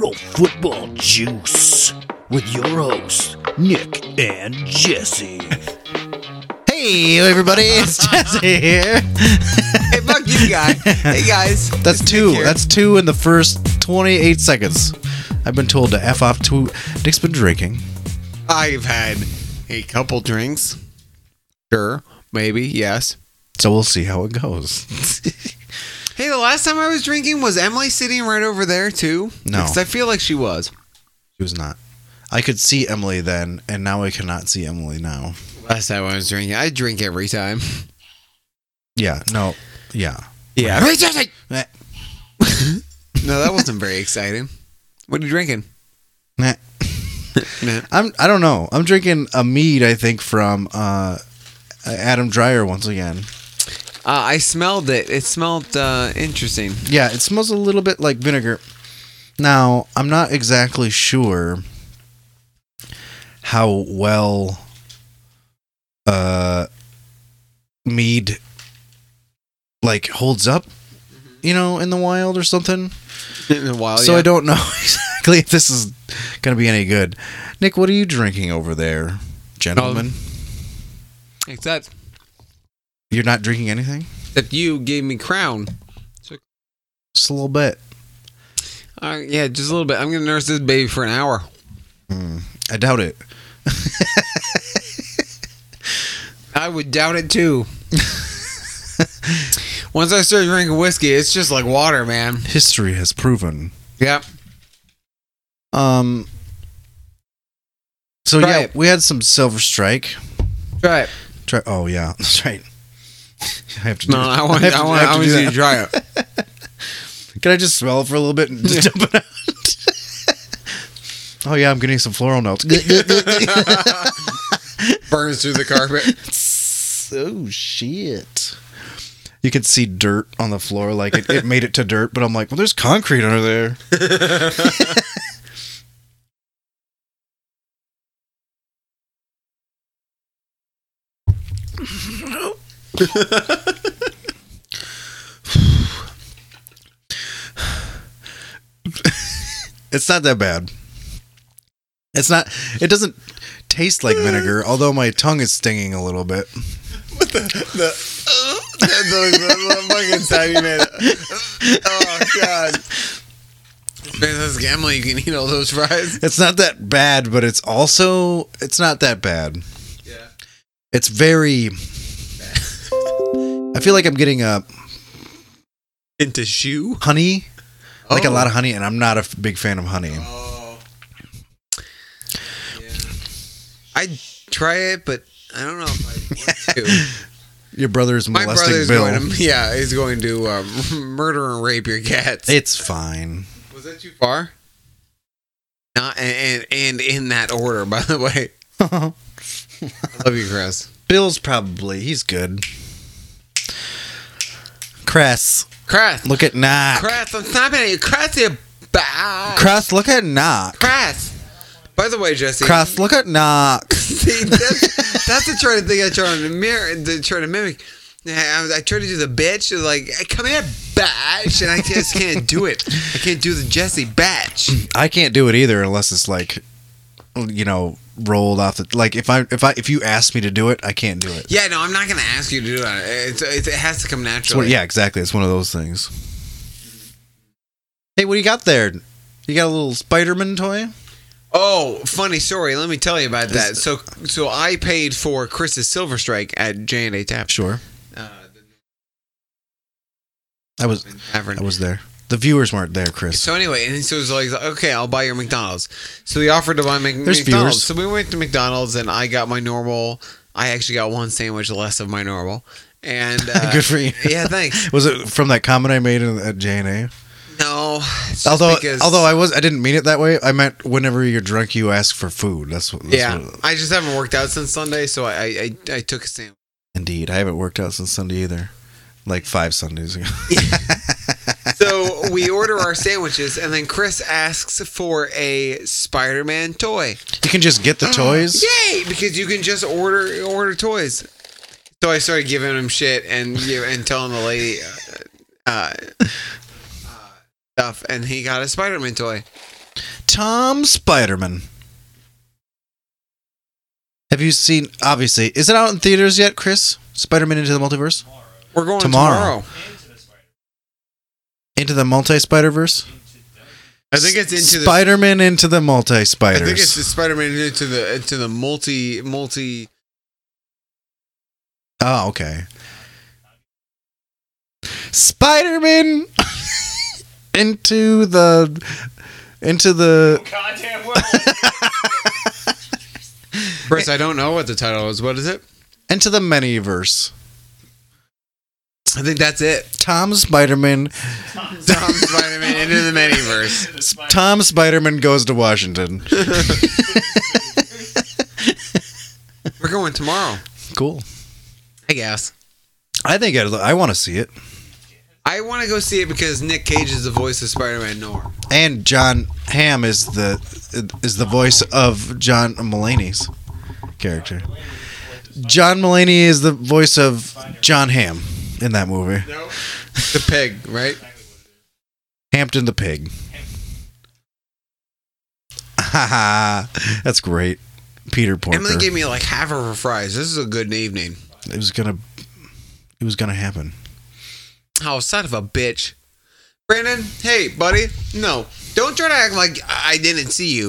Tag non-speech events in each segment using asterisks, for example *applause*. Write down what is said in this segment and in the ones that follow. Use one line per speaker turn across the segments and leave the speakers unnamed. Football Juice with your hosts, Nick and Jesse.
Hey, everybody,
*laughs*
it's Jesse here.
Hey, fuck you, guy. Hey, guys.
That's
It's
two.
Nick here.
That's two in the first 28 seconds. I've been told to F off two. Nick's been drinking.
I've had a couple drinks. Sure, maybe, yes.
So we'll see how it goes. *laughs*
Hey, the last time I was drinking was Emily sitting right over there too.
No.
because I feel like she was.
She was not. I could see Emily then, and now I cannot see Emily now.
Last time I was drinking, I drink every time.
Yeah, no, yeah.
Yeah. Right, Jesse?
Meh,
*laughs* No, that wasn't very exciting. What are you drinking?
meh.
Nah.
*laughs* I'm. I don't know. I'm drinking a mead. I think from uh, Adam Dryer once again.
Uh, I smelled it. It smelled uh, interesting.
Yeah, it smells a little bit like vinegar. Now, I'm not exactly sure how well uh mead like holds up, you know, in the wild or something.
In the wild,
so
Oh, yeah.
I don't *laughs* know exactly if this is going to be any good. Nick, what are you drinking over there, gentlemen?
Except,
You're not drinking anything?
except you gave me crown.
Just a little bit.
Uh, yeah, just a little bit. I'm gonna nurse this baby for an hour.
I doubt it.
I would doubt it *laughs* too. Once I start drinking whiskey, it's just like water, man.
History has proven
Yep.
Um. So
Try
yeah,
it.
we had some Silver Strike.
Try it.
Try. Oh yeah, *laughs* that's right. I have to. Do
No, I
have
want.
to-
I want.
have
I
to do
want you to
that.
try it.
Can I just smell it for a little bit and just dump it out? *laughs* oh yeah, I'm getting some floral notes.
*laughs* Burns through the *laughs* carpet.
*laughs* oh shit. You could see dirt on the floor, like it, it made it to dirt, but I'm like, well, there's concrete under there. *laughs* it's not that bad. It's not, it doesn't taste like vinegar, although my tongue is stinging a little bit.
That's always the the fucking sound you made. Oh god. Man, this is gambling. You can eat all those fries. *laughs*
It's not that bad, but it's also it's not that bad.
Yeah.
It's
*laughs*
very. I feel like I'm getting a
Into shoe.
honey, like a
Oh.
lot of honey, and I'm not a f- big fan of honey.
Oh. Yeah. I'd try it, but I don't know if I want *laughs* to.
Your brother's
My
molesting
brother's
Bill.
going to, *laughs* yeah, he's going to um, *laughs* murder and rape your cats.
*laughs* It's fine.
was that too far? Not, and, and and in that order, by the *laughs* way. I love you, Chris.
Bill's probably he's good. Cress,
Chris,
look at Knock.
Chris, I'm snapping at you. Chris, you bad.
Cress, look at Knock.
Chris. By the way, Jesse.
Cress, look at Knock.
*laughs* See, that's, that's the trying to thing I try to mirror, to try to mimic. I, was- I try to do the bitch, like come here, batch, and I just can't do it. I can't do the Jesse batch.
I can't do it either unless it's like, you know, rolled off the like. If I if I if you ask me to do it, I can't do it.
Yeah, no, I'm not gonna ask you to do that. It's, it's, it has to come
It's one-
naturally.
yeah, exactly. It's one of those things. Hey, what do you got there? You got a little Spider-Man toy?
Oh, funny story. Let me tell you about that. So, so I paid for Chris's Silver Strike at J and A Tap
Sure.
uh,
I was
the
I
Tavern.
was there. The viewers weren't there, Chris.
So anyway, and so it was like, okay, I'll buy your McDonald's. So he offered to buy Mc-
There's
McDonald's.
viewers.
So we went to McDonald's, and I got my normal. I actually got one sandwich less of my normal.
*laughs*
And uh,
Good for you. *laughs*
Yeah, thanks.
Was it from that comment I made in, at J and A?
No, it's just
Although
because-
although I was I didn't mean it that way. I meant whenever you're drunk, you ask for food. That's what. That's
yeah,
what-
I just haven't worked out since Sunday, so I I, I, I took a sandwich.
indeed. I haven't worked out since Sunday either. Like five Sundays ago. *laughs*
So we order our sandwiches, and then Chris asks for a Spider-Man toy.
you can just get the toys.
Yay! Because you can just order order toys. So I started giving him shit and you and telling the lady uh, uh, uh, stuff, and he got a Spider-Man toy.
Tom Spiderman. Have you seen? Obviously, is it out in theaters yet, Chris? Spider-Man into the multiverse,
We're going
Tomorrow.
tomorrow.
into the multi-spider verse.
I think it's into the.
Spider-Man into the multi-spiders.
I think it's the Spider-Man into the into the multi multi.
Oh, okay. Spider-Man *laughs* into the into the
Goddamn well.
Chris, I don't know what the title is. What is it?
into the manyverse.
I think that's it.
Tom Spider-Man
Tom Spider-Man into the metaverse.
Tom Spider-Man goes to Washington.
We're going tomorrow.
cool.
I guess.
I think I'd, I want to see it.
I want to go see it because Nick Cage is the voice of Spider-Man Noir.
And John Hamm is the is the voice of John Mulaney's character. John Mulaney is the voice of John Hamm in that movie.
The pig, right?
Hampton the pig. *laughs* Haha, that's great. Peter Porker.
Emily gave me like half of her fries. This is a good evening.
it was gonna, it was gonna happen.
Oh, son of a bitch. Brandon, hey, buddy. No, don't try to act like I I didn't see you.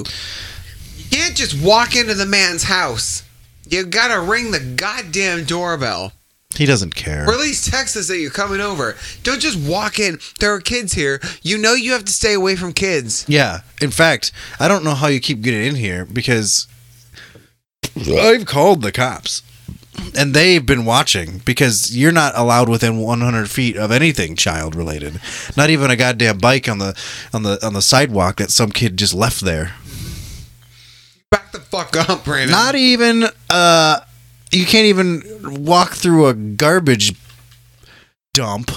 You can't just walk into the man's house. You gotta ring the goddamn doorbell.
He doesn't care.
Or at least text us that you're coming over. Don't just walk in. There are kids here. You know you have to stay away from kids.
Yeah. In fact, I don't know how you keep getting in here because I've called the cops and they've been watching because you're not allowed within 100 feet of anything child related. Not even a goddamn bike on the on the on the sidewalk that some kid just left there.
Back the fuck up, Brandon.
Not even uh you can't even walk through a garbage dump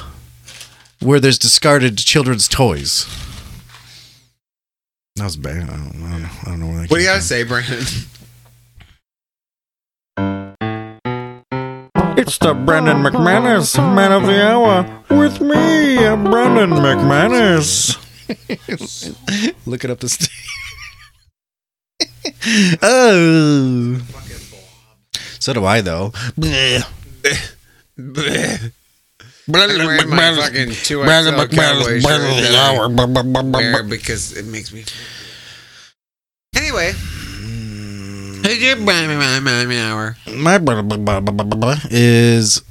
where there's discarded children's toys. That was bad. I don't, I don't, I don't know where that
what do
came
you gotta
from.
say, Brandon?
It's the Brendan McManus Man of the Hour with me, Brendan McManus.
*laughs* Look it up the st- *laughs* Oh. So do I though. Bleh.
Bleh. I'm wearing my fucking 2XL cowboy shirt that I wear because it makes me. Anyway. Hey, dear Brandon McManus Hour.
My blah, blah, blah, blah, blah, blah, is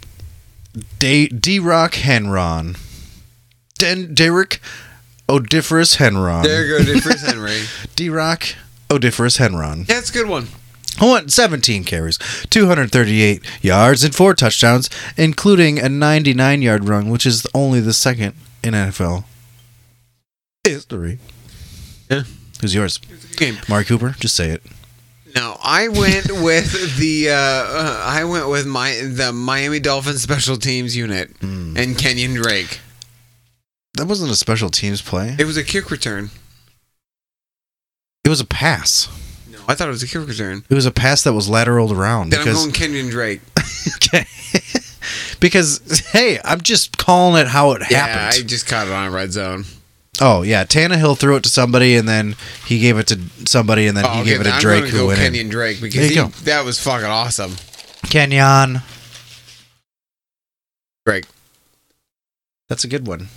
D Rock Henron. Den Derek Odiferous
There
Henron.
you go, dude. First Henry.
D Rock Odiferous Henron.
*laughs* That's a good one.
Who went 17 carries, 238 yards, and four touchdowns, including a 99 yard run, which is only the second in NFL history.
Yeah.
Who's yours?
Game.
Mark Cooper? Just say it.
No, I went with the uh, uh, I went with my the Miami Dolphins special teams unit and Kenyon Drake.
That wasn't a special teams play.
It was a kick return.
It was a pass.
No, I thought it was a kick return.
It was a pass that was lateraled around.
Then I'm
because
going Kenyon Drake.
Okay. *laughs* because hey, I'm just calling it how it
Yeah, I
happened.
just caught it on a red zone.
oh yeah, Tannehill threw it to somebody, and then he gave it to somebody, and then he
Oh,
gave it
okay,
to
I'm
Drake,
gonna
who
go
went
Kenyon Drake
There
because
you go.
he, that was fucking awesome.
in. Kenyon.
Drake.
That's a good one.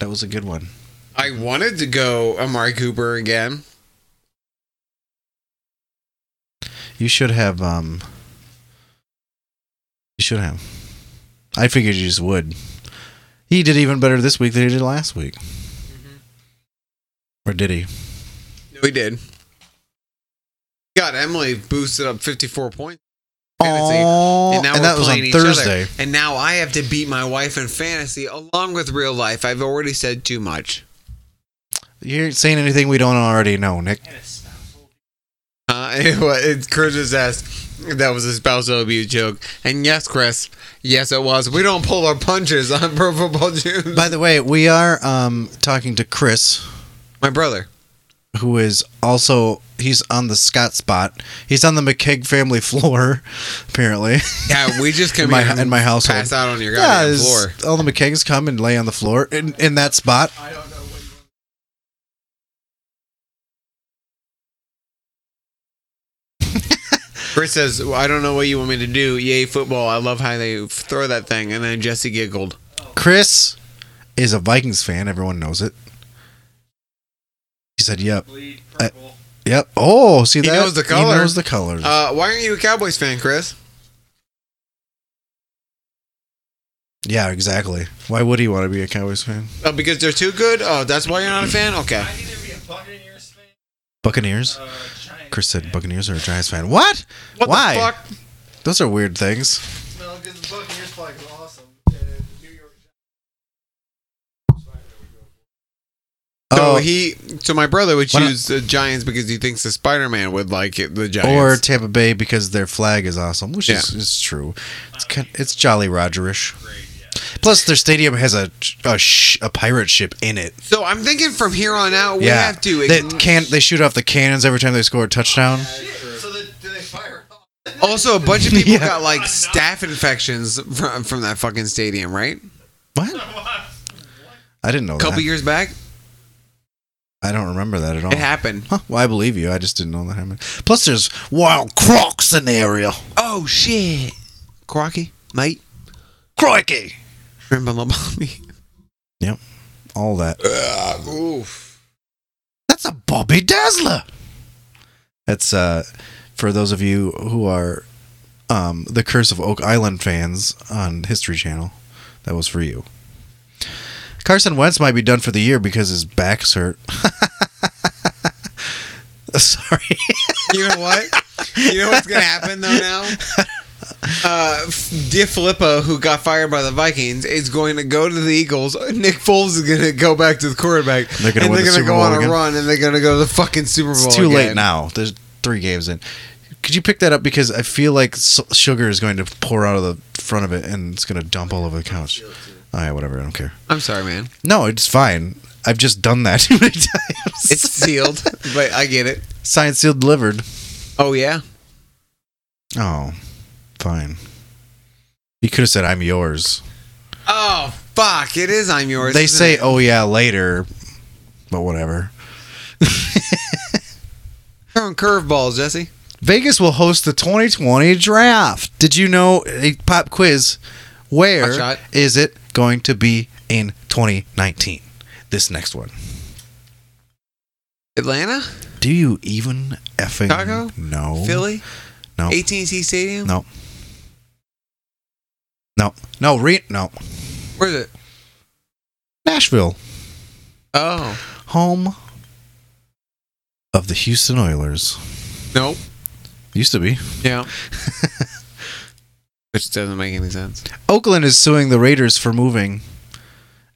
That was a good one.
I wanted to go Amari Cooper again.
You should have. um You should have. I figured you just would. He did even better this week than he did last week.
Mm-hmm.
Or did he?
No, he did. God, Emily boosted up 54 points. Fantasy.
Oh,
and now we're
that was
playing
on
each other.
Thursday.
And now I have to beat my wife in fantasy along with real life. I've already said too much.
You're saying anything we don't already know, Nick.
Uh, *laughs* it wa- it's Chris's ass. That was a spousal abuse joke. And yes, Chris, yes, it was. We don't pull our punches on *laughs* Pro Football June.
By the way, we are um, talking to Chris,
My brother.
who is also he's on the Scott spot. He's on the McKeg family *laughs* floor, apparently.
Yeah, we just come
In *laughs* my-
here and
in my household.
pass out on your
Yeah,
goddamn
is-
floor.
all the McKegs come and lay on the floor in, in that spot.
I don't know what Britt says, well, "I don't know what you want me to do." Yay football! I love how they throw that thing. And then Jesse giggled.
Chris is a Vikings fan. Everyone knows it. He said, "Yep, Uh, yep." Oh, see
He
that
knows the color.
He knows the colors.
Uh, why aren't you a Cowboys fan, Chris?
yeah, exactly. Why would he want to be a Cowboys fan?
Oh, because they're too good. Oh, that's why you're not a fan. Okay.
Buccaneers. Chris said Buccaneers are a Giants fan. What?
What
Why?
the fuck?
Those are weird things.
So
Oh,
he, so my brother would
Why not-
choose the Giants because he thinks the Spider Man would like it, the
or
Giants.
Tampa Bay because their flag is awesome, which
Yeah.
is, is true. It's kind it's Jolly Rogerish. Plus, their stadium has a a, sh- a pirate ship in it.
so I'm thinking from here on out, we
yeah,
have to.
they can they shoot off the cannons every time they score a touchdown.
also, a bunch *laughs* of people
Yeah.
got like staph infections from, from that fucking stadium, right?
What? I didn't know
A couple
that.
years back,
I don't remember that at all.
it happened.
Huh, well, I believe you. I just didn't know that happened. Plus, there's wild crocs in the area.
Oh shit, Crocky, mate,
Crikey!
remember Lil Bobby?
All that.
Oof.
That's a Bobby Dazzler. That's uh, for those of you who are um, the Curse of Oak Island fans on History Channel. That was for you. Carson Wentz might be done for the year because his back's hurt. *laughs* Sorry.
You know what? You know what's gonna happen though
*laughs*
now? Uh, Di Filippo, who got fired by the Vikings, is going to go to the Eagles. Nick Foles is going to go back to the quarterback.
They're gonna
and
win the
they're going to
Super
go
Bowl
on a
again.
run, and they're going to go to the fucking Super Bowl.
It's too late
again.
now. There's three games in. Could you pick that up because I feel like s- sugar is going to pour out of the front of it and it's going to dump all over the couch. All right, whatever. I don't care.
I'm
*laughs*
sorry, man.
No, it's fine. I've just done that *laughs* too many times.
It's sealed, but I get it.
signed, sealed, delivered.
Oh yeah,
Oh, fine. You could have said, "I'm yours."
Oh fuck! It is. I'm yours.
they
isn't
say,
it?
"Oh yeah, later," but whatever.
throwing curveballs, Jesse.
Vegas will host the 2020 draft. Did you know? A pop quiz.
Hot
Where
shot.
is it going to be in 2019? This next one.
Atlanta,
Do you even effing
Chicago?
know?
Philly,
Oh. No.
AT&T Stadium.
No. No. No. Re- no.
Where's it?
Nashville.
Oh
home of the Houston Oilers.
no.
Used to be.
Yeah. *laughs* Which doesn't make any sense.
Oakland is suing the Raiders for moving,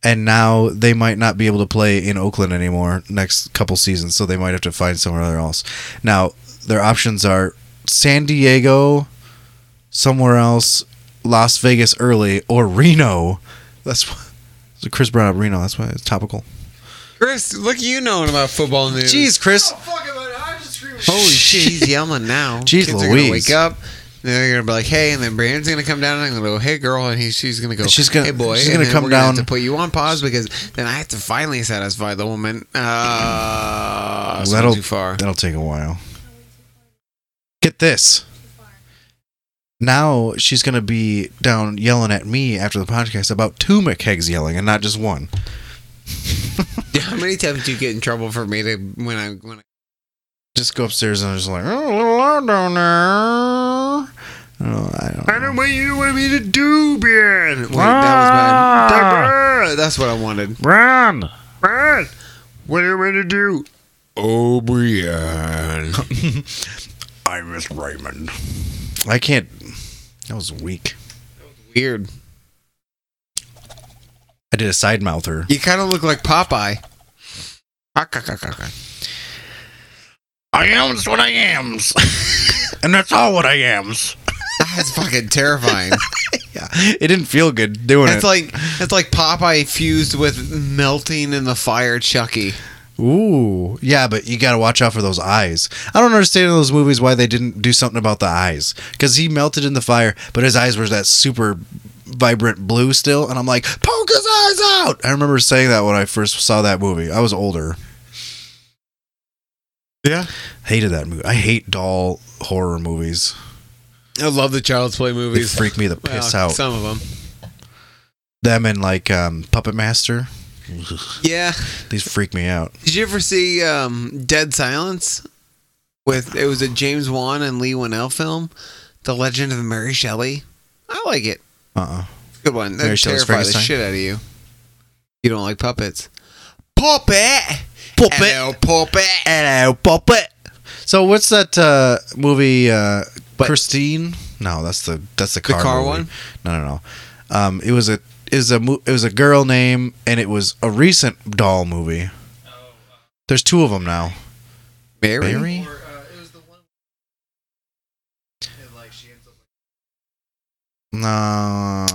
and now they might not be able to play in Oakland anymore next couple seasons, so they might have to find somewhere else. Now, their options are San Diego, somewhere else, Las Vegas early, or Reno. That's why. So Chris brought up Reno. That's why it's topical.
Chris, look, you knowing about football news?
Jeez, Chris.
holy shit! He's yelling *laughs* now.
Jeez
Kids are gonna
Louise.
wake up. and They're gonna be like, "Hey," and then Brandon's gonna come down and I'm gonna go, "Hey, girl," and he, she's gonna go,
She's gonna-
"Hey, boy,"
she's
and
gonna
then
come
we're gonna have
down-
to put you on pause because then I have to finally satisfy the woman. Uh, it's
that'll
too far.
That'll take a while. Get this. Now she's gonna be down yelling at me after the podcast about two McKegs yelling and not just one.
*laughs* How many times do you get in trouble for me to when I when I
Just go upstairs and I'm just like, oh, a little loud down there. Oh, I don't.
I don't know what you wanted me to do, Ben. Ah. Wait, that was bad. Deborah, That's what I wanted.
Run!
Ben, what do you want me to do? Oh, Brian.
I miss Raymond. I can't. That was weak.
*laughs* Weird.
I did a side mouther.
You kind of look like *laughs* Popeye. Ah, ca, ca, ca, ca.
I am's what I am's. and that's all what I am's.
That's fucking *laughs* terrifying.
*laughs* Yeah, it didn't feel good doing
That's
it.
like that's like Popeye fused with melting in the fire, Chucky.
Ooh, yeah, but you gotta watch out for those eyes. I don't understand in those movies why they didn't do something about the eyes. Because he melted in the fire, but his eyes were that super vibrant blue still, and I'm like, poke his eyes out. I remember saying that when I first saw that movie. I was older.
Yeah.
Hated that movie. I hate doll horror movies.
I love the Child's Play
They
movies.
freak me the
Well,
piss out.
Some of them.
Them and like um, Puppet Master.
Yeah.
These freak me out.
Did you ever see um, Dead Silence? With it was a James Wan and Lee Winnell film, The Legend of Mary Shelley. I like it.
Uh uh
Good one. That
Mary Shelley's
terrify the
Frankenstein.
shit out of you. You don't like puppets. Puppet. Hello, puppet.
Hello, Puppet. So what's that uh, movie? Uh, Christine? No, that's the that's the car,
car
movie.
one?
No, no, no. Um, it was a is a mo- it was a girl name, and it was a recent doll movie. There's two of them now.
Mary.
Mary? No.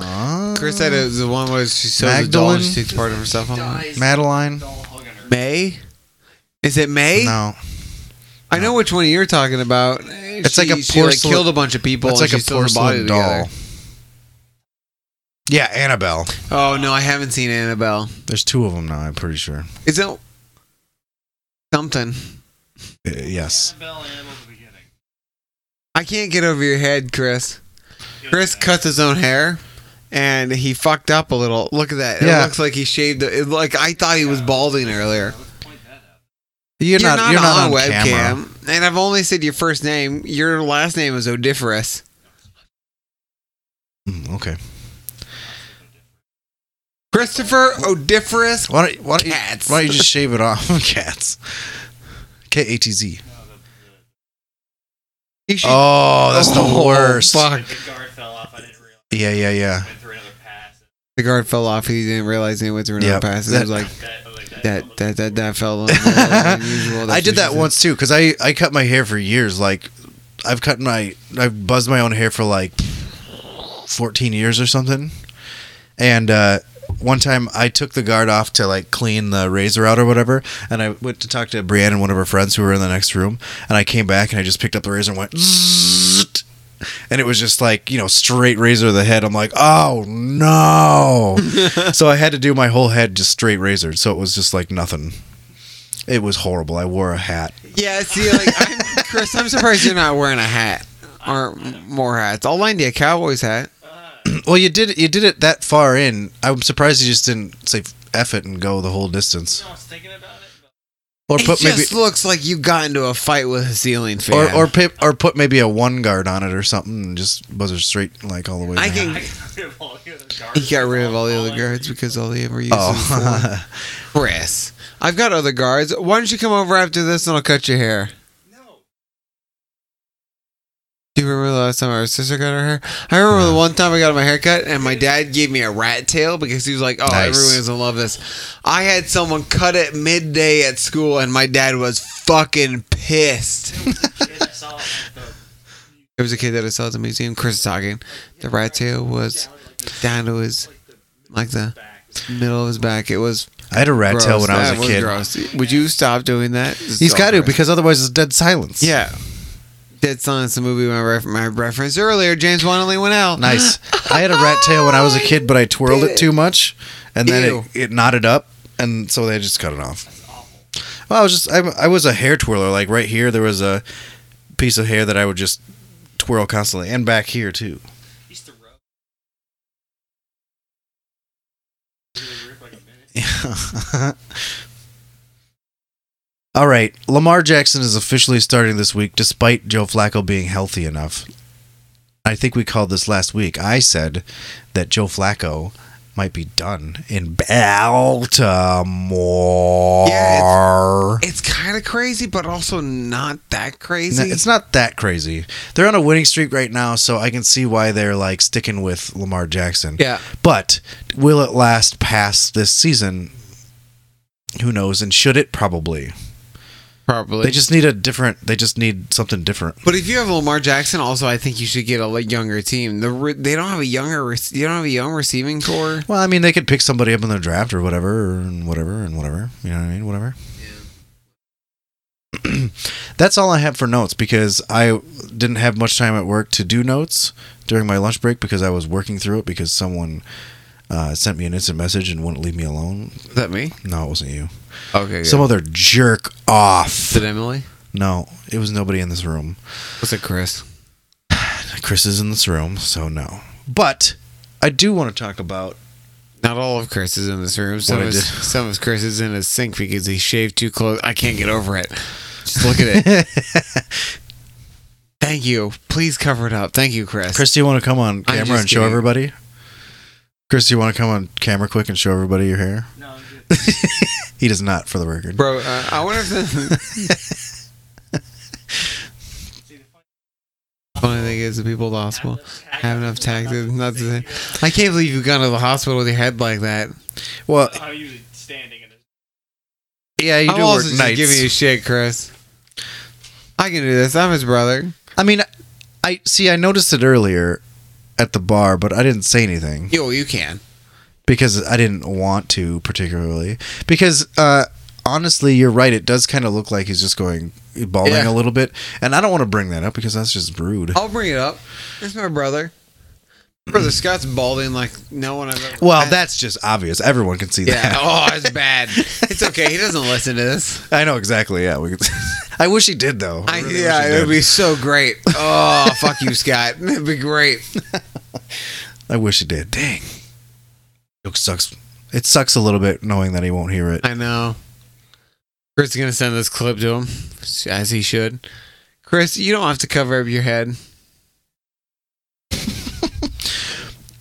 Chris said it was the one where she sews a doll and
Magdalene?
she takes part of herself on.
Madeline.
May. Is it May?
No,
I know which one you're talking about. It's
like a
she like
porcelain-
killed a bunch of people.
that's
and
like a
she sews her body
porcelain doll.
together.
Yeah, Annabelle.
Oh no, I haven't seen Annabelle.
There's two of them now. I'm pretty sure.
Is it something?
Uh, yes.
I can't get over your head, Chris. Chris cuts his own hair, and he fucked up a little. Look at that. It
Yeah.
looks like he shaved. It, like I thought he was balding earlier.
You're, not, You're not on,
webcam,
camera.
and I've only said your first name. Your last name is Odiferous.
Mm, okay.
Christopher Odiferous.
Why don't, why, don't you,
Cats.
why don't you just shave it off? *laughs* Cats. K A T Z.
You should-
Oh, that's
Oh,
the worst.
Fuck.
Yeah, yeah, yeah.
The guard fell off. He didn't realize he went through another
Yep.
pass. It
That-
was like that that that
*laughs*
that fell. unusual.
I did that once too because I I cut my hair for years. Like I've cut my I've buzzed my own hair for like fourteen years or something. And uh, one time I took the guard off to like clean the razor out or whatever, and I went to talk to Brianne and one of her friends who were in the next room, and I came back and I just picked up the razor and went. *laughs* Zzzt. And it was just like, you know, straight razor to the head. I'm like, oh
*laughs*
no. so I had to do my whole head just straight razored. So it was just like nothing. It was horrible. I wore a hat.
Yeah, see, like I'm, Chris, I'm surprised you're not wearing a hat or more hats. I'll lend you a Cowboys hat.
Well, you did you did it that far in. I'm surprised you just didn't say F it and go the whole distance. Or
It
put maybe
just looks like you got into a fight with a ceiling fan.
or or, pi- or put maybe a one guard on it or something and just buzzer straight like all the way.
I
down.
*laughs* can. He got rid of all the other guards because all he ever used was
Oh, *laughs*
one. Chris. I've got other guards. Why don't you come over after this and I'll cut your hair? Do you remember the last time our sister got her hair? I remember the one time I got my hair cut and my dad gave me a rat tail because he was like, oh,
Nice.
everyone's gonna love this. I had someone cut it midday at school and my dad was fucking pissed. There was a kid that I saw at the museum, Chris is talking. The rat tail was down to his, like the middle of his back. It was
I had a rat tail
gross.
when I was
That
a kid.
gross. Would you stop doing that?
He's got to because otherwise it's dead silence.
yeah. Dead Silence, the movie my, ref- my reference earlier, James Wan only went out.
Nice. I had a rat tail when I was a kid, but I twirled it too much, and then
Ew.
it, it knotted up, and so they just cut it off. Well, I was just I, I was a hair twirler. Like right here, there was a piece of hair that I would just twirl constantly, and back here too. Yeah. *laughs* All right, Lamar Jackson is officially starting this week, despite Joe Flacco being healthy enough. I think we called this last week. I said that Joe Flacco might be done in Baltimore.
It's kind of crazy, but also not that
No,
crazy.
it's not that crazy. They're on a winning streak right now, so I can see why they're like sticking with Lamar Jackson.
Yeah.
But will it last past this season? Who knows? And should it probably?
Probably.
They just need a different. They just need something different.
but if you have Lamar Jackson, also I think you should get a li- younger team. The re- they don't have a younger rec- you don't have a young receiving core.
Well, I mean, they could pick somebody up in the draft or whatever, and whatever, and whatever. You know what I mean? Whatever. *clears throat* That's all I have for notes because I didn't have much time at work to do notes during my lunch break because I was working through it because someone uh, sent me an instant message and wouldn't leave me alone.
Is that me?
No, it wasn't you.
Okay. good.
Some other jerk off.
Is it Emily?
No, it was nobody in this room.
What's it, Chris?
Chris is in this room, so no. But I do want to talk about
Not all of Chris is in this room. Some
What I
of, his,
did.
some of Chris is in his sink because he shaved too close. I can't get over it. Just look at *laughs* it. Thank you. Please cover it up. Thank you, Chris.
Chris. Do you want to come on camera
just
and show
kidding.
everybody? Chris, do you want to come on camera quick and show everybody your hair? No. *laughs* he does not, for the record.
Bro, uh, I wonder if the *laughs* funny thing is the people at the hospital have enough taxes. Not to say, I can't believe you've gone to the hospital with your head like that.
Well,
I'm usually standing in it.
yeah, you
I'm
do
also
work
just
nights.
giving you shit, Chris. I can do this. I'm his brother.
I mean, I see. I noticed it earlier at the bar, but I didn't say anything.
Yo, you can.
because I didn't want to particularly. Because uh, honestly, you're right. It does kind of look like he's just going balding
Yeah. Oh,
a little bit, and I don't want to bring that up because that's just rude.
I'll bring it up. It's my brother. Brother Scott's balding like no one I've ever.
Well, that's just obvious. Everyone can see
yeah.
that.
Oh, it's bad. It's okay. He doesn't listen to this.
I know exactly. Yeah, we could, *laughs* I wish he did though.
Oh. I,
really wish
yeah,
he
it would
did.
be so great. Oh, fuck you, Scott. *laughs* It'd be great.
I wish he did. Dang, joke sucks. It sucks a little bit knowing that he won't hear it.
I know. Chris is gonna send this clip to him, as he should. Chris, you don't have to cover up your head.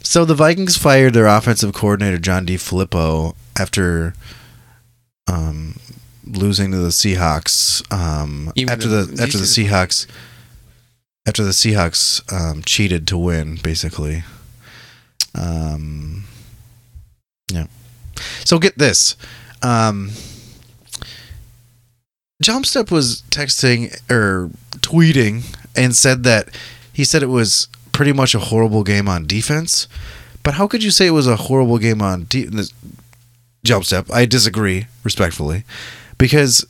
So the Vikings fired their offensive coordinator John D. Filippo after um, losing to the Seahawks. Um,
You mean
after
the-
the, after the
you
Seahawks, after the Seahawks um, cheated to win, basically. Um, yeah. So get this. Um, Jumpstep was texting or tweeting and said that he said it was pretty much a horrible game on defense. But how could you say it was a horrible game on de- this- jump step? I disagree respectfully because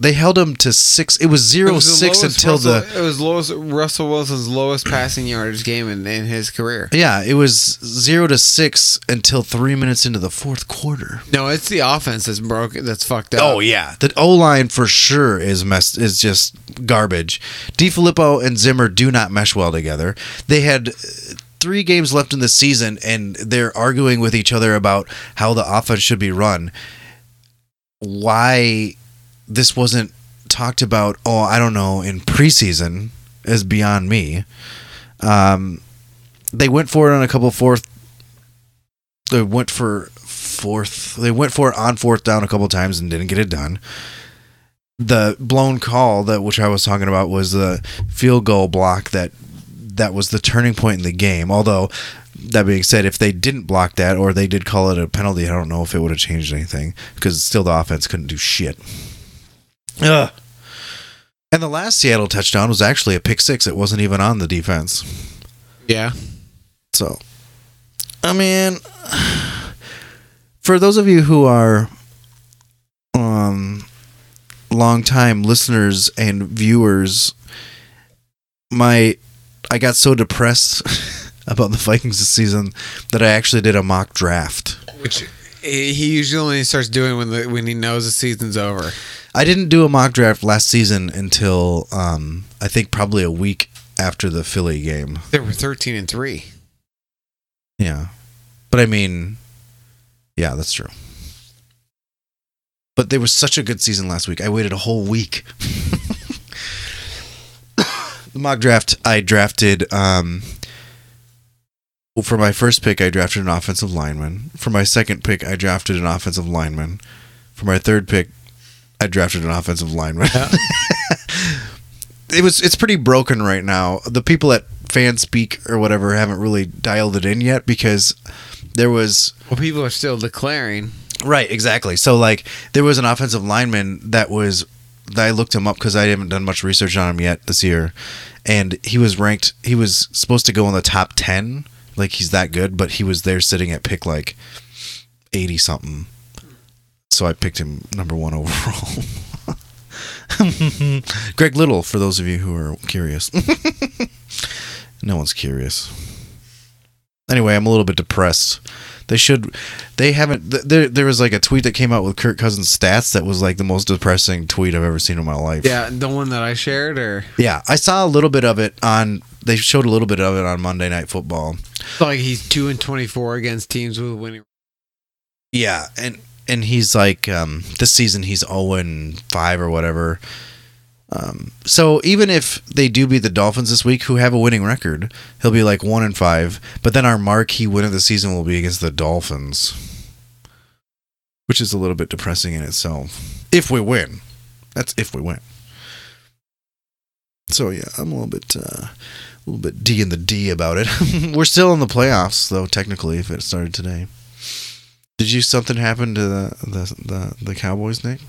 they held him to six. It was zero
was the
six
lowest
until the
Russell- It was lowest, Russell Wilson's lowest passing yardage game in, in his career.
yeah. It was zero to six until three minutes into the fourth quarter.
No, it's the offense that's broken. That's fucked up.
Oh yeah, the O line for sure is messed. Is just garbage. DiFilippo and Zimmer do not mesh well together. They had uh, three games left in the season, and they're arguing with each other about how the offense should be run. Why this wasn't talked about? Oh, I don't know. In preseason is beyond me. Um, they went for it on a couple fourth. They went for fourth. They went for it on fourth down a couple times and didn't get it done. The blown call that which I was talking about was the field goal block that that was the turning point in the game. Although that being said, if they didn't block that or they did call it a penalty, I don't know if it would have changed anything because still the offense couldn't do shit. Ugh. And the last Seattle touchdown was actually a pick six. It wasn't even on the defense.
yeah.
So, I mean, for those of you who are um longtime listeners and viewers, my I got so depressed *laughs* about the Vikings this season that I actually did a mock draft.
Which he he usually only starts doing when the when he knows the season's over.
I didn't do a mock draft last season until um I think probably a week after the Philly game.
They were thirteen and three.
Yeah. But I mean, yeah, that's true. But there was such a good season last week. I waited a whole week. *laughs* the mock draft, I drafted um well, for my first pick, I drafted an offensive lineman. For my second pick, I drafted an offensive lineman. For my third pick, I drafted an offensive lineman. *laughs* it was it's pretty broken right now. The people at Fanspeak or whatever haven't really dialed it in yet because there was
Well, people are still declaring.
right exactly. So like there was an offensive lineman that was I looked him up because I haven't done much research on him yet this year, and he was ranked. He was supposed to go in the top ten, like he's that good, but he was there sitting at pick like eighty something. So I picked him number one overall. *laughs* Greg Little, for those of you who are curious. *laughs* no one's curious. Anyway, I'm a little bit depressed. They should. They haven't. th- There, there was like a tweet that came out with Kirk Cousins stats that was like the most depressing tweet I've ever seen in my life.
Yeah, the one that I shared, or
Yeah, I saw a little bit of it on They showed a little bit of it on Monday Night Football.
It's like he's two and twenty four against teams with winning.
Yeah, and and he's like um, this season he's zero and five or whatever. Um, so even if they do beat the Dolphins this week, who have a winning record, he'll be like one and five. But then our marquee win of the season will be against the Dolphins, which is a little bit depressing in itself. If we win, that's if we win. So yeah, I'm a little bit, uh, a little bit D in the D about it. *laughs* We're still in the playoffs though, technically, if it started today. Did you something happen to the the the, the Cowboys, Nick?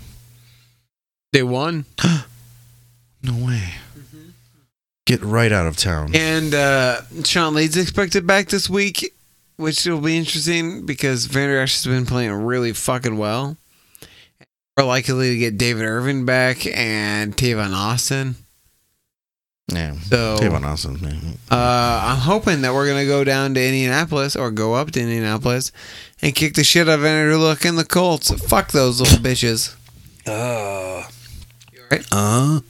They won,
No way. Mm-hmm. Get right out of town.
and uh, Sean Lee's expected back this week, which will be interesting because Vander Esch has been playing really fucking well. We're likely to get David Irvin back and Tavon Austin.
Yeah.
So
Tavon Austin. man.
Uh, I'm hoping that we're gonna go down to Indianapolis or go up to Indianapolis and kick the shit out of Andrew Luck and the Colts. Fuck those little bitches.
Uh, yep.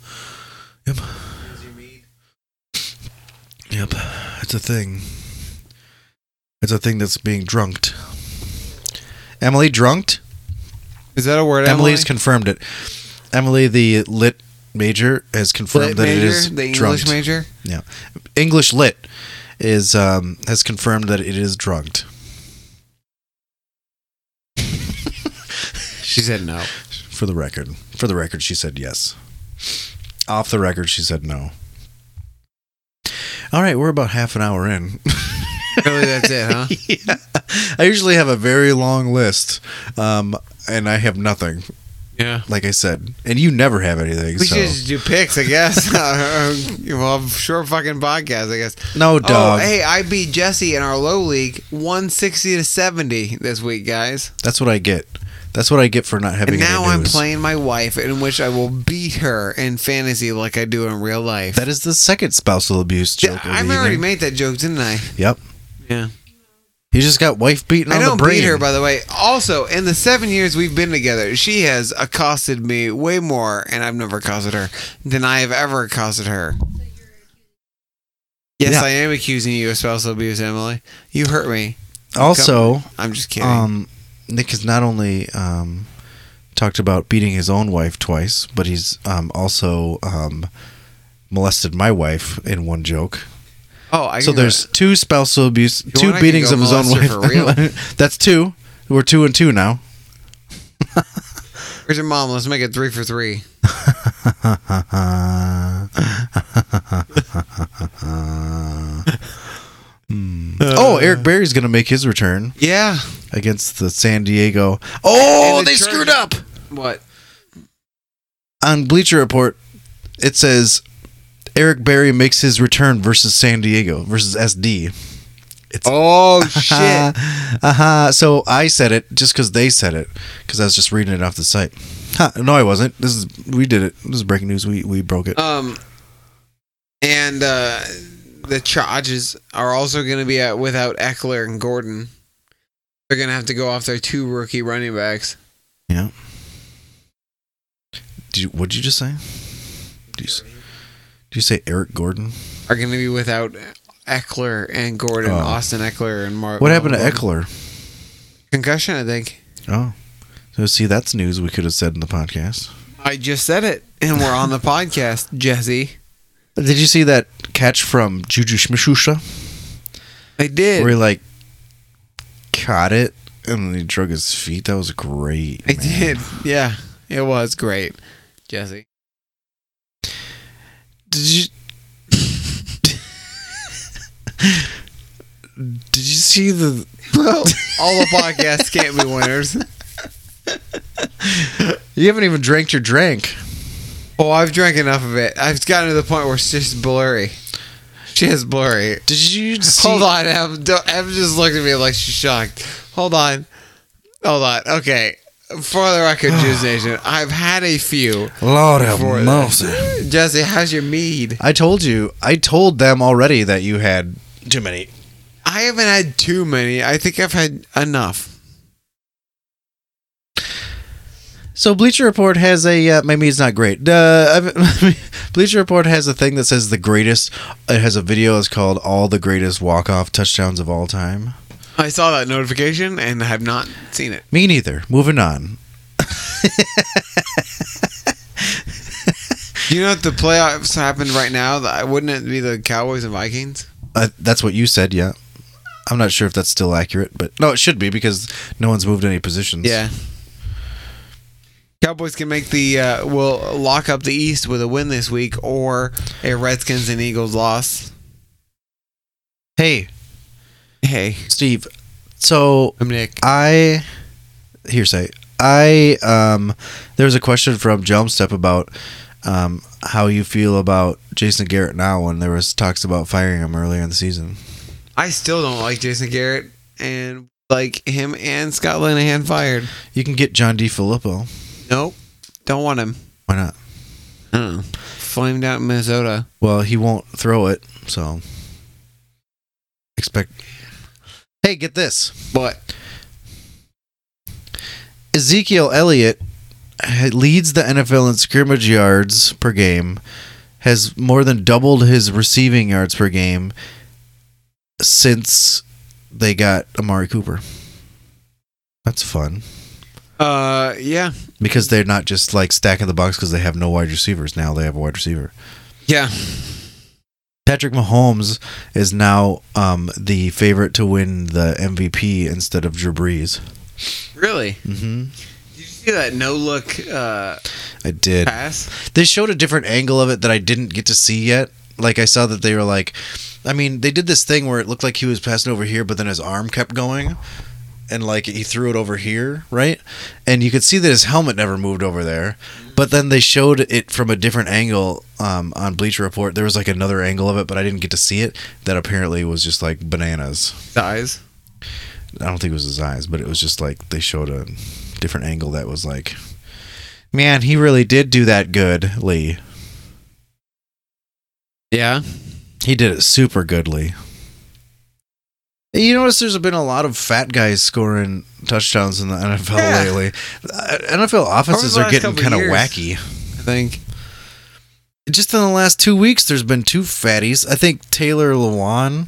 Yep. It's a thing. It's a thing that's being drunked. Emily drunked?
Is that a word?
Emily's
Emily?
confirmed it. Emily, the lit major, has confirmed
Lit
that
major,
it is
the English
drunked.
major.
Yeah. English lit is um, has confirmed that it is drunked.
She
*laughs*
said no.
For the record. For the record, she said yes. Off the record, she said no. All right, we're about half an hour in. *laughs*
Really, that's it, huh?
yeah. I usually have a very long list, um, and I have nothing,
Yeah.
like I said. And you never have anything.
We
so.
should just do picks, I guess. *laughs* Uh, well, short fucking podcast, I guess.
No,
Oh,
dog.
hey, I beat Jesse in our low league 160 to 70 this week, guys.
That's what I get. That's what I get for not having
And now
any
I'm
news.
playing my wife, in which I will beat her in fantasy like I do in real life.
That is the second spousal abuse
Yeah,
joke. of
I've
the
already
evening.
made that joke, didn't I?
Yep.
Yeah.
You just got wife beaten
I
on the
don't
brain.
beat her, by the way. Also, in the seven years we've been together, she has accosted me way more, and I've never accosted her, than I have ever accosted her. Yes,
Yeah.
I am accusing you of spousal abuse, Emily. You hurt me.
also,
I'm just kidding.
um, Nick has not only um, talked about beating his own wife twice, but he's um, also um, molested my wife in one joke.
oh, I
so
can go-
there's two spousal abuse,
know
two
what, I could
beatings
go
of his own
molest her for
wife. *laughs* That's two. We're two and two now. *laughs*
Where's your mom? Let's make it three for three.
Hmm.
Uh,
oh, Eric Berry's going to make his return
Yeah.
against the San Diego. Oh,
And the
they
Chargers.
screwed up.
What?
on Bleacher Report, it says Eric Berry makes his return versus San Diego versus SD. *laughs*
Oh shit!
Uh-huh. So I said it just because they said it because I was just reading it off the site. Huh, no, I wasn't. This is we did it. This is breaking news. We we broke it.
um, and uh, the Chargers are also going to be out without Eckler and Gordon. They're going to have to go off their two rookie running backs.
yeah. Did you, what'd you just say? Did you, s- did you say Eric Gordon?
Are going to be without Eckler and Gordon,
Oh.
Austin Eckler and Mark.
What happened to Eckler?
Concussion, I think.
Oh, so see, that's news we could have said in the podcast.
I just said it, and we're on the podcast, Jesse.
Did you see that catch from Juju Smith-Schuster?
I did.
where he like caught it and then he drug his feet. That was great.
I
man.
did. Yeah, it was great, Jesse.
Did you? did you see the?
Bro, all the podcasts can't be winners.
*laughs* You haven't even drank your drink.
Oh, I've drank enough of it. I've gotten to the point where it's just blurry. She is blurry.
Did you see?
Hold on, Em. Don't- Em just looked at me like she's shocked. Hold on. Hold on. Okay. For the record, *sighs* Jews Nation, I've had a few.
Lord have
Before that.
mercy.
Jesse, how's your mead?
I told you. I told them already that you had too many.
I haven't had too many. I think I've had enough.
So Bleacher Report has a uh, maybe it's not great. Uh, *laughs* I've- Bleacher Report has a thing that says the greatest. It has a video that's called "All the Greatest Walk Off Touchdowns of All Time."
I saw that notification and I have not seen it.
Me neither. Moving on.
You know, if the playoffs happened right now, that- wouldn't it be the Cowboys and Vikings?
Uh, that's what you said. Yeah, I'm not sure if that's still accurate, but no, it should be because no one's moved any positions.
Cowboys can make the uh, will lock up the East with a win this week or a Redskins and Eagles loss.
Hey,
Hey,
Steve. So
I'm Nick.
I hearsay. I um there was a question from Jumpstep about um how you feel about Jason Garrett now when there was talks about firing him earlier in the season.
I still don't like Jason Garrett and like him and Scott Linehan fired.
You can get John D. Filippo.
Nope, don't want him.
Why not?
I don't know. Flamed out in Minnesota.
Well, he won't throw it, so expect Hey, get this.
But
Ezekiel Elliott ha- leads the NFL in scrimmage yards per game, has more than doubled his receiving yards per game since they got Amari Cooper. That's fun
uh, yeah,
because they're not just like stacking the box because they have no wide receivers. Now they have a wide receiver.
yeah.
Patrick Mahomes is now um, the favorite to win the MVP instead of Drew Brees.
Really?
Mm-hmm.
Did you see that no look uh,
I did.
pass?
they showed a different angle of it that I didn't get to see yet. Like I saw that they were like, I mean, they did this thing where it looked like he was passing over here, but then his arm kept going, and like he threw it over here, right? And you could see that his helmet never moved over there. But then they showed it from a different angle um, on Bleacher Report. There was like another angle of it, but I didn't get to see it. That apparently was just like bananas.
Size.
I don't think it was his eyes, but it was just like they showed a different angle that was like, man, he really did do that good, Lee.
Yeah.
He did it super goodly. You notice there's been a lot of fat guys scoring touchdowns in the NFL
Yeah.
lately. Uh, NFL offenses
the
are
last
getting
couple
kind of
years.
wacky.
I think.
Just in the last two weeks, there's been two fatties. I think Taylor Lewan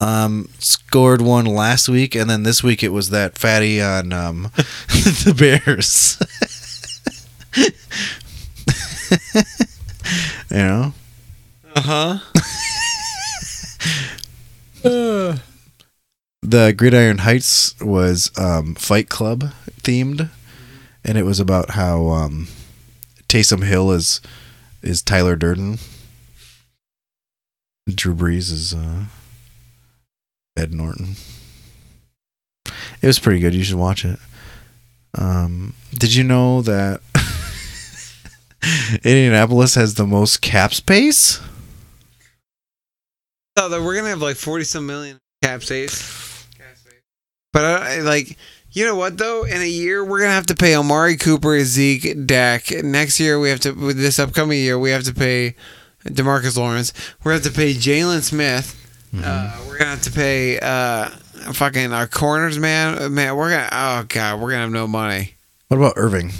um, scored one last week, and then this week it was that fatty on um, *laughs* the Bears. *laughs* you know?
Uh huh.
the Gridiron Heights was um, Fight Club themed, and it was about how um, Taysom Hill is is Tyler Durden, Drew Brees is uh, Ed Norton. It was pretty good. You should watch it. Um, did you know that *laughs* Indianapolis has the most cap space?
So that we're gonna have like forty some million cap space. But uh, I, I- like, you know what though? In a year, we're gonna have to pay Amari Cooper, Zeke, Dak. Next year, we have to. With this upcoming year, we have to pay Demarcus Lawrence. We're gonna have to pay Jalen Smith.
Mm-hmm.
Uh, we're gonna have to pay uh, fucking our corners, man. Uh, Man, we're gonna. Oh god, we're gonna have no money.
What about Irving?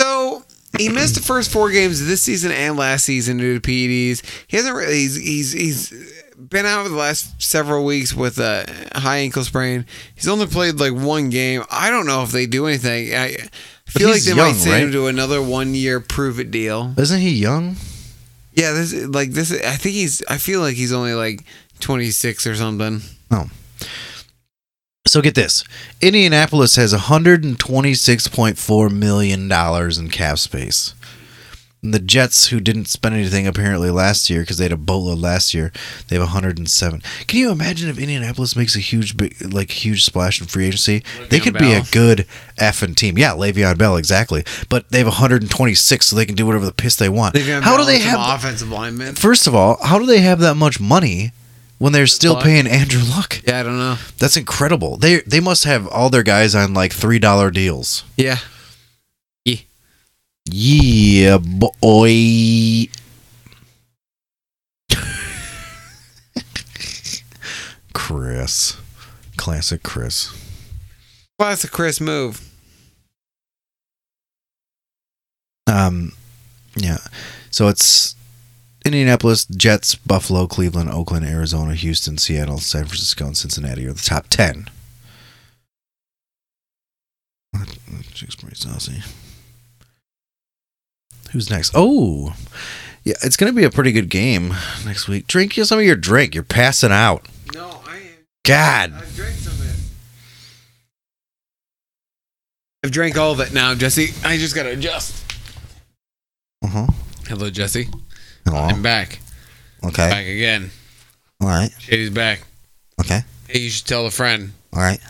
So he missed the first four games this season and last season due to PEDs. He hasn't really. He's he's, he's been out the last several weeks with a high ankle sprain. He's only played like one game. I don't know if they do anything. I
But
feel like
he's
they
young,
might send
right?
him to another one year prove it deal.
Isn't he young?
Yeah, this is- like this. is- I think he's. I feel like he's only like twenty six or something.
So get this. Indianapolis has $126.4 million in cap space. And the Jets, who didn't spend anything apparently last year because they had a boatload last year, they have 107. Can you imagine if Indianapolis makes a huge, big, like huge splash in free agency? they
Le'Veon
could be a
Bell.
good effing team. Yeah, Le'Veon Bell, exactly. But they have 126, so they can do whatever the piss they want.
They've got
How do they
some
have?
offensive linemen?
First of all, how do they have that much money when they're still
Luck.
paying Andrew Luck?
Yeah, I don't know.
That's incredible. They they must have all their guys on like three dollar deals.
Yeah,
Yeah, boy. *laughs* Chris, classic Chris.
classic Chris move.
Um, yeah. So it's Indianapolis, Jets, Buffalo, Cleveland, Oakland, Arizona, Houston, Seattle, San Francisco, and Cincinnati are the top ten. Chick's pretty saucy. Who's next? Oh, yeah, it's gonna be a pretty good game next week. Drink some of your drink. You're passing out.
No, I am.
God,
I've drank some of it. I've drank all of it now, Jesse. I just gotta adjust.
uh-huh.
Hello, Jesse. I'm
Hello.
back.
Okay.
Back again.
All right.
Shady's back.
Okay.
Hey, you should tell a friend.
All right.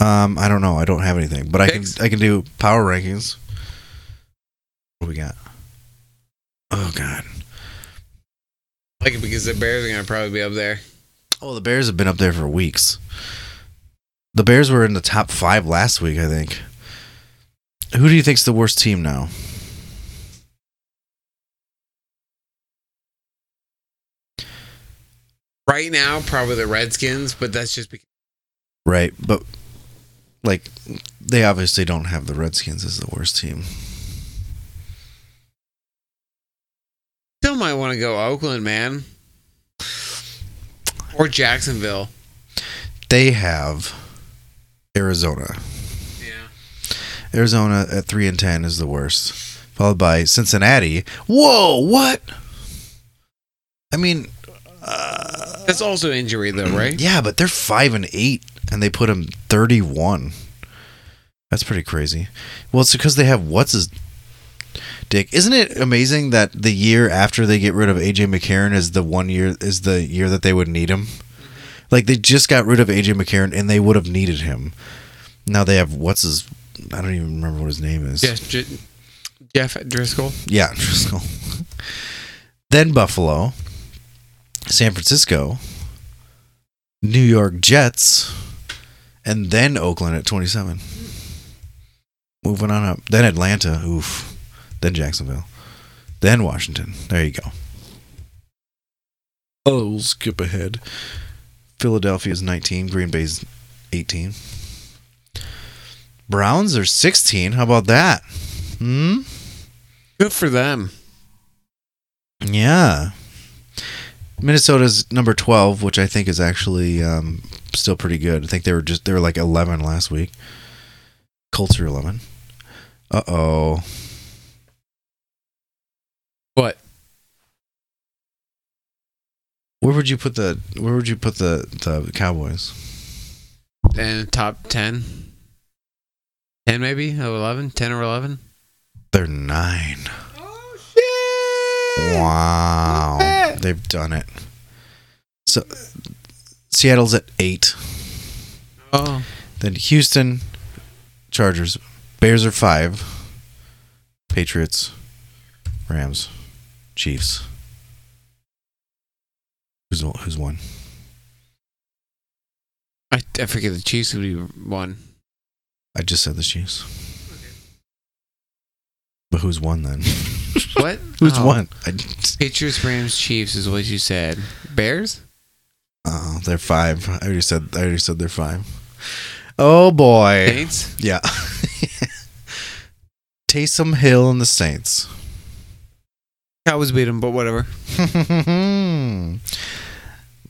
Um, I don't know. I don't have anything, but I can
Picks?
I can do power rankings. What do we got? Oh God!
I Like it because the Bears are gonna probably be up there.
Oh, the Bears have been up there for weeks. The Bears were in the top five last week, I think. Who do you think's the worst team now?
Right now, probably the Redskins, but that's just because
Right, but like they obviously don't have the Redskins as the worst team.
still might want to go Oakland, man. Or Jacksonville.
They have Arizona.
Yeah.
Arizona at three and ten is the worst, followed by Cincinnati. Whoa, what? I mean,
That's also injury though,
*clears throat*
right?
yeah, but they're five and eight, and they put them thirty-one. That's pretty crazy. Well, it's because they have what's his dick. Isn't it amazing that the year after they get rid of AJ McCarron is the one year is the year that they would need him? Like they just got rid of AJ McCarron and they would have needed him. Now they have what's his. I don't even remember what his name is.
Yes, J- Jeff Driscoll.
Yeah, *laughs* Driscoll. then Buffalo, San Francisco, New York Jets, and then Oakland at 27. Moving on up. Then Atlanta. Oof. Then Jacksonville. Then Washington. There you go. Oh, we'll skip ahead. Philadelphia's 19. Green Bay's 18. Browns are 16. How about that? Hmm?
Good for them.
Yeah. Minnesota's number 12, which I think is actually um, still pretty good. I think they were just they were like 11 last week. Colts are 11. Uh-oh.
What?
Where would you put the where would you put the the Cowboys?
And top 10? 10 maybe? 11? 10 or 11?
They're 9. Wow. They've done it. So Seattle's at 8.
Oh.
Then Houston, Chargers, Bears are five, Patriots, Rams, Chiefs. Who's who's one?
I, I forget the Chiefs would be one.
I just said the Chiefs. But who's one then?
*laughs* What?
Who's
Oh.
one? I,
Patriots, Rams, Chiefs is what you said. Bears?
oh, they're five. I already said. I already said they're five. Oh boy.
Saints?
Yeah. *laughs* Taysom Hill and the Saints.
Cowboys beat them, but whatever.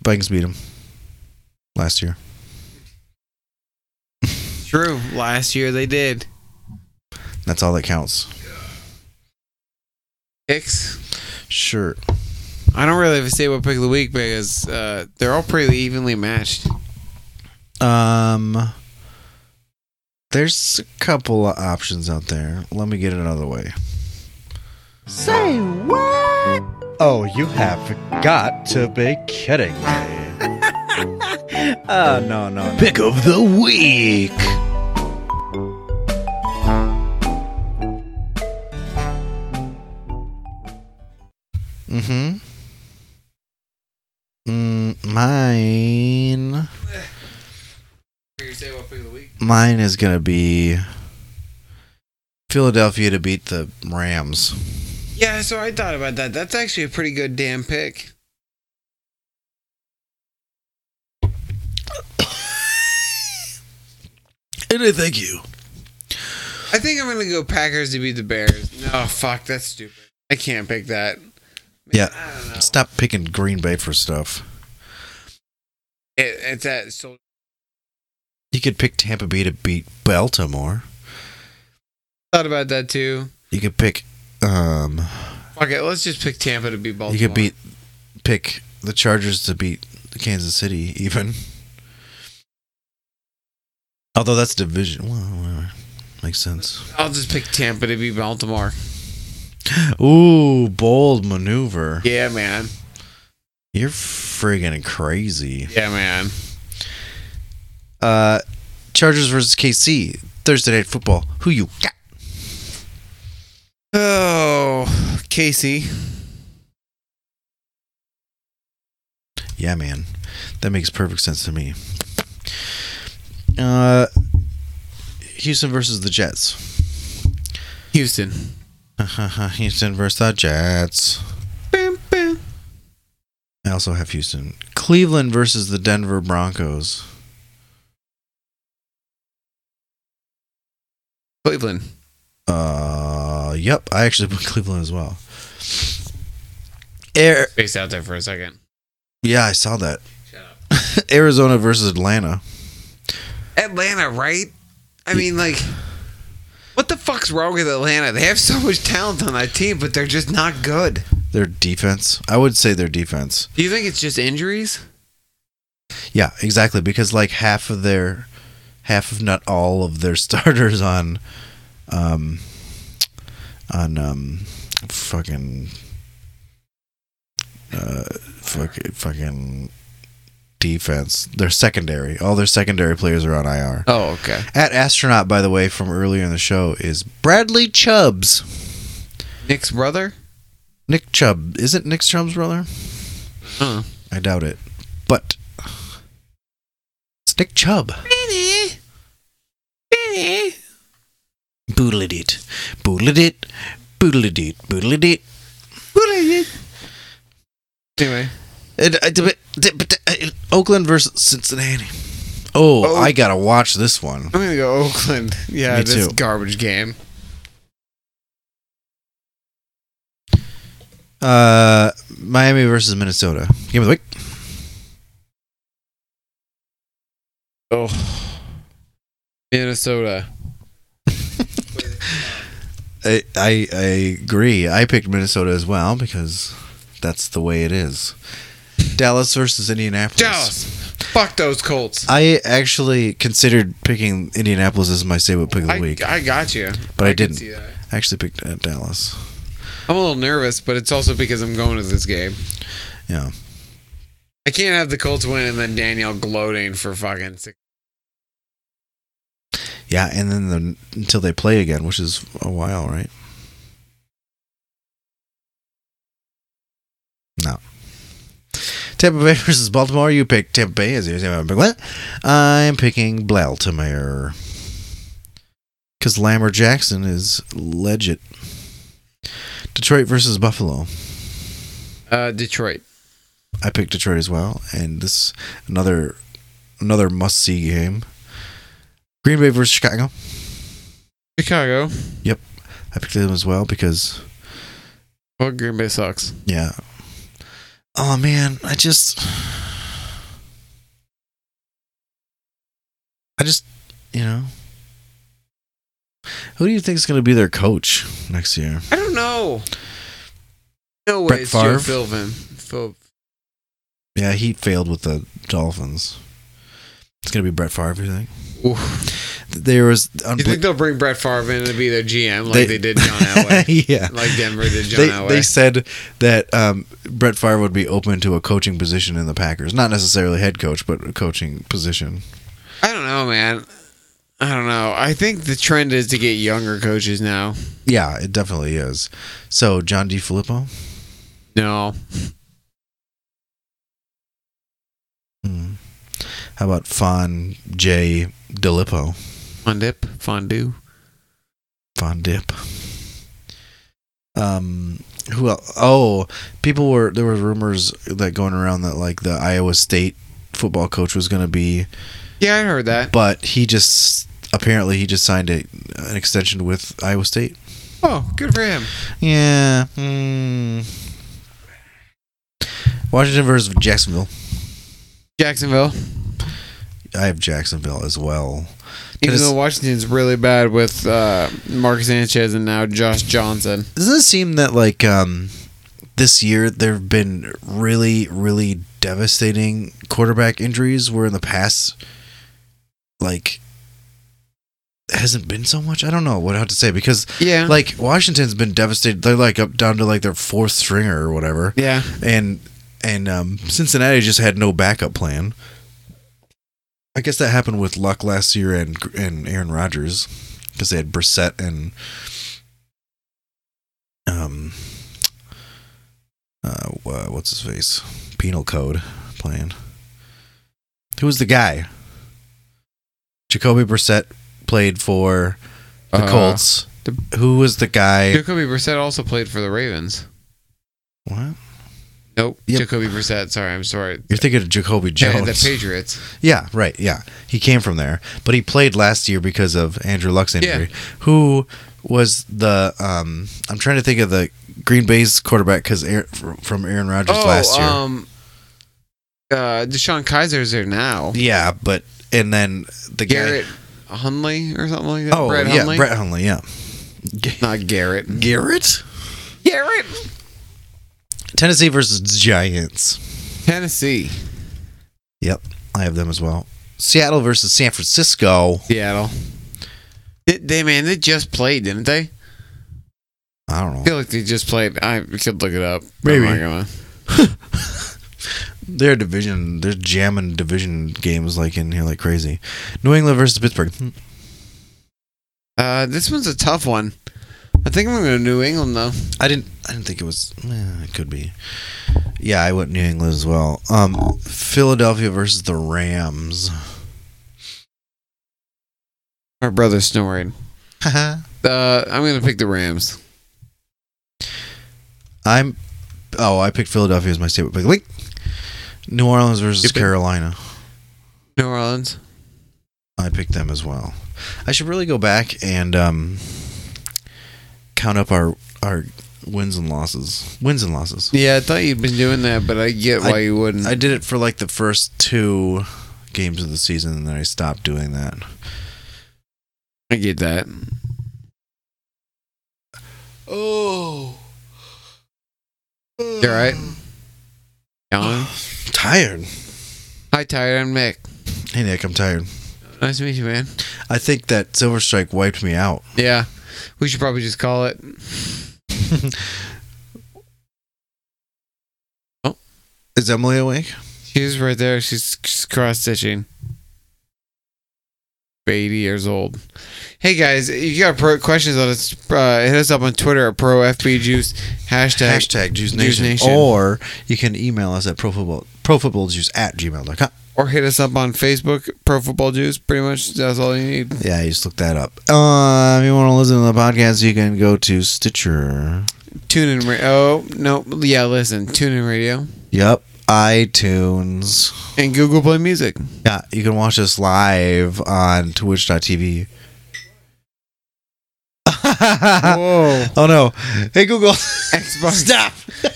Vikings *laughs* beat them last year.
True. Last year they did.
That's all that counts.
Picks?
Sure.
I don't really have a say what pick of the week because uh, they're all pretty evenly matched.
Um, there's a couple of options out there. Let me get it another way.
Say what?
Oh, you have got to be kidding
*laughs*
me. oh, no, no, no.
Pick of the week.
Mm-hmm. Mm, mine.
You say what pick of the week?
Mine is going to be Philadelphia to beat the Rams.
Yeah, so I thought about that. That's actually a pretty good damn pick.
And I thank you.
I think I'm gonna go Packers to beat the Bears. No, fuck, that's stupid. I can't pick that.
Yeah.
I don't know.
Stop picking Green Bay for stuff.
It, it's at so
You could pick Tampa Bay to beat Baltimore.
thought about that too.
You could pick um
Fuck it, let's just pick Tampa to beat Baltimore.
you could beat pick the Chargers to beat Kansas City even. Although that's division. Well, whatever. Makes sense.
I'll just pick Tampa to beat Baltimore.
Ooh, bold maneuver.
Yeah, man.
You're friggin' crazy.
Yeah, man.
Uh, Chargers versus KC Thursday night football. Who you got?
Oh, Casey.
Yeah, man, that makes perfect sense to me. Uh, Houston versus the Jets. *laughs*
Houston.
Houston versus the Jets.
Bam, bam.
I also have Houston. Cleveland versus the Denver Broncos.
Cleveland.
Uh, yep, I actually put *laughs* Cleveland as well. Air,
Spaced out there for a second.
yeah, I saw that.
Shut up.
*laughs* Arizona versus Atlanta.
Atlanta, right? I mean, like, what the fuck's wrong with Atlanta? They have so much talent on that team, but they're just not good.
Their defense, I would say their defense.
Do you think it's just injuries?
Yeah, exactly. Because like half of their, half of not all of their *laughs* starters on, um, on um, fucking, uh, fucking, fucking defense. Their secondary, all their secondary players are on IR.
Oh, okay.
At astronaut, by the way, from earlier in the show is Bradley Chubbs.
Nick's brother?
Nick Chubb isn't Nick Chubb's brother.
Huh.
I doubt it, but it's Nick Chubb.
Benny. Benny.
Boodled it. Boodled it. Boodled it. Boodled it.
Anyway,
And, uh, d- d- d- uh, Oakland versus Cincinnati. Oh,
Oh.
I gotta watch this one.
I'm gonna go Oakland. Yeah,
Me
this
too.
garbage game.
Uh, Miami versus Minnesota. Game of the week.
Oh, Minnesota.
I, I I agree. I picked Minnesota as well because that's the way it is. Dallas versus Indianapolis.
Dallas. Fuck those Colts.
I actually considered picking Indianapolis as my say what pick of the
I,
week.
I got you,
But I
can
didn't.
see that.
I actually picked uh, Dallas.
I'm a little nervous, but it's also because I'm going to this game.
Yeah.
I can't have the Colts win and then Danielle gloating for fucking six.
Yeah, and then the, until they play again, which is a while, right? No. Tampa Bay *laughs* versus Baltimore. You pick Tampa Bay as you say. What? I'm picking Baltimore because Lamar Jackson is legit. Detroit versus Buffalo.
Uh, Detroit.
I picked Detroit as well, and this another another must see game. Green Bay versus Chicago.
Chicago.
I picked them as well because Oh,
Well, Green Bay sucks.
yeah. Oh man, I just I just you know who do you think is going to be their coach next year?
I don't know. No way.
Brett
it's
Favre?
Joe Philbin. Phil.
Yeah, he failed with the Dolphins. It's going to be Brett Favre, you think? There was
You think they'll bring Brett Favre in to be their GM like they, did
*laughs*
John Elway?
yeah.
like Denver did
*laughs*
John
they,
Elway.
they said that um, Brett Favre would be open to a coaching position in the Packers, not necessarily head coach, but a coaching position.
I don't know, man. I don't know. I think the trend is to get younger coaches now.
Yeah, it definitely is. So John D. Filippo,
No.
Hmm. how about Fon J. DeLippo,
Fondip. Fondue.
Fon Dip? Um, who else? Oh, people were there were rumors that going around that like the Iowa State football coach was going to be
Yeah, I heard that.
but he just apparently he just signed a, an extension with Iowa State.
Oh, good for him.
Yeah. mm. Washington versus Jacksonville.
Jacksonville.
I have Jacksonville as well.
Even
Tennes-
though Washington's really bad with uh, Mark Sanchez and now Josh Johnson.
Doesn't it seem that like um, this year there have been really, really devastating quarterback injuries where in the past, like, hasn't been so much? I don't know what I have to say because
Yeah.
like Washington's been devastated. They're like up down to like their fourth stringer or whatever,
yeah.
and and um, Cincinnati just had no backup plan. I guess that happened with Luck last year and and Aaron Rodgers because they had Brissett and um uh wha- what's his face Penal Code playing. Who was the guy? Jacoby Brissett played for the
Uh,
Colts.
the-
Who was the guy?
Jacoby Brissett also played for the Ravens.
What?
Nope.
Yep.
Jacoby Brissett. Sorry, I'm sorry.
You're thinking of Jacoby
Yeah,
Jones.
the Patriots.
Yeah, right. Yeah, he came from there, but he played last year because of Andrew Luck's injury. Who was the? Um, I'm trying to think of the Green Bay's quarterback because from Aaron Rodgers
Oh,
last year.
um, uh, Deshaun Kaiser's there now.
yeah, but and then the
Garrett Hunley or something like that.
Guy, oh
Brett
yeah,
Hundley?
Brett Hundley. Yeah,
Not Garrett.
Garrett.
Garrett.
Tennessee versus Giants.
Tennessee.
Yep, I have them as well. Seattle versus San Francisco.
Seattle. Did they man? They just played, didn't they?
I don't
I
know.
feel like they just played. I could look it up. but
Maybe.
I'm not gonna.
Their division, they're jamming division games like in here like crazy. New England versus Pittsburgh. Hmm.
Uh, this one's a tough one. I think I'm gonna go New England though.
I didn't. I didn't think it was. eh, it could be. Yeah, I went New England as well. Um, Philadelphia versus the Rams.
My brother's snoring. Uh, I'm gonna pick the Rams.
I'm. Oh, I picked Philadelphia as my statement pick. Like New Orleans versus
Stupid.
Carolina.
New Orleans.
I picked them as well. I should really go back and um, count up our our wins and losses. Wins and losses.
Yeah, I thought you'd been doing that, but I get why
I-
you wouldn't.
I did it for like the first two games of the season, and then I stopped doing that.
I get that.
Oh.
You all right? Alan?
Tired.
Hi, Tired. I'm Mick.
Hey Nick, I'm tired.
Nice to meet you, man.
I think that Silver Strike wiped me out.
Yeah, we should probably just call it.
Is Emily awake?
She's right there. She's, she's cross stitching. 80 years old. Hey guys, if you got pro questions on us, uh, hit us up on Twitter at ProFBJuice. Hashtag.
Hashtag Jews
Jews
Nation.
Nation.
Or you can email us at profootball profootballjuice at gmail.com.
Or hit us up on Facebook, Pro Football Juice. Pretty much that's all you need.
Yeah, you just look that up. Uh, if you want to listen to the podcast, you can go to Stitcher.
Tune in. Ra- oh, no. Yeah, listen. Tune in radio
Yep. iTunes.
and Google Play Music.
Yeah, you can watch us live on *laughs* twitch.tv.
Whoa.
Oh no. Hey *laughs* Google.
Xbox. Stop.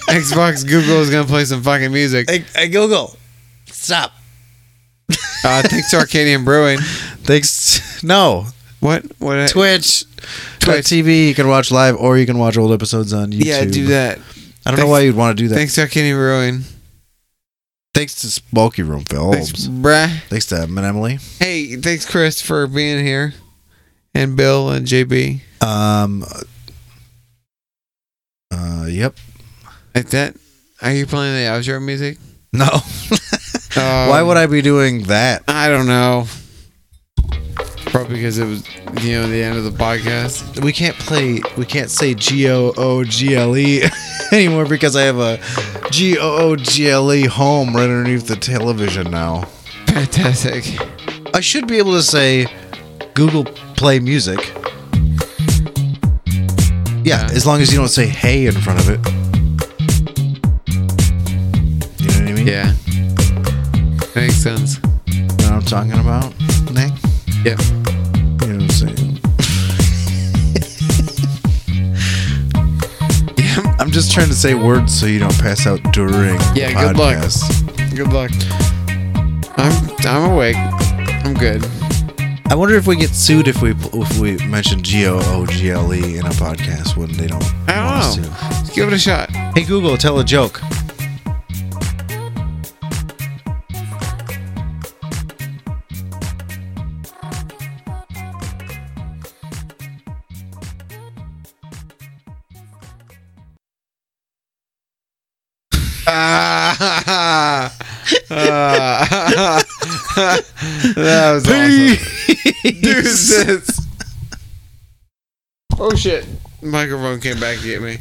Xbox Google is going to play some fucking music.
Hey, hey Google. Stop.
Uh, thanks to Arcadian Brewing.
Thanks. No.
What? What? uh,
Twitch.
Twitch.
TV. You can watch live or you can watch old episodes on YouTube.
yeah, do that.
I don't know
Thanks-
why you'd want to do that. Thanks,
Thanks to Arcadian Brewing.
to Smoky Room Films.
Thanks,
Thanks,
bruh.
to Em and Emily.
Hey, thanks, Chris, for being here. And Bill and JB.
Um. Uh. Yep.
Like that. Are you playing the outro music? Um,
No. why would I be doing that?
I don't know. Probably because it was, you know, the end of the podcast. *laughs*
We can't play. We can't say G O O G L E *laughs* anymore because I have a G O O G L E home right underneath the television now.
Fantastic.
I should be able to say Google Play Music. Yeah, as long as you don't say hey in front of it. You know what I mean?
Yeah. Makes sense.
You know what I'm talking about? Nick?
Yeah.
You know *laughs* just trying to say words so you don't pass out during.
Yeah,
the
good luck.
podcast.
Good luck. I'm I'm awake. I'm good.
I wonder if we get sued if we if we mention G O O G L E in a podcast when they don't.
I
want
don't know.
us
Let's give it a shot.
to. Oh. Hey Google, tell a joke.
Ah, ah, that was awesome. *laughs* Dude, this. Oh shit! Microphone came back to get me.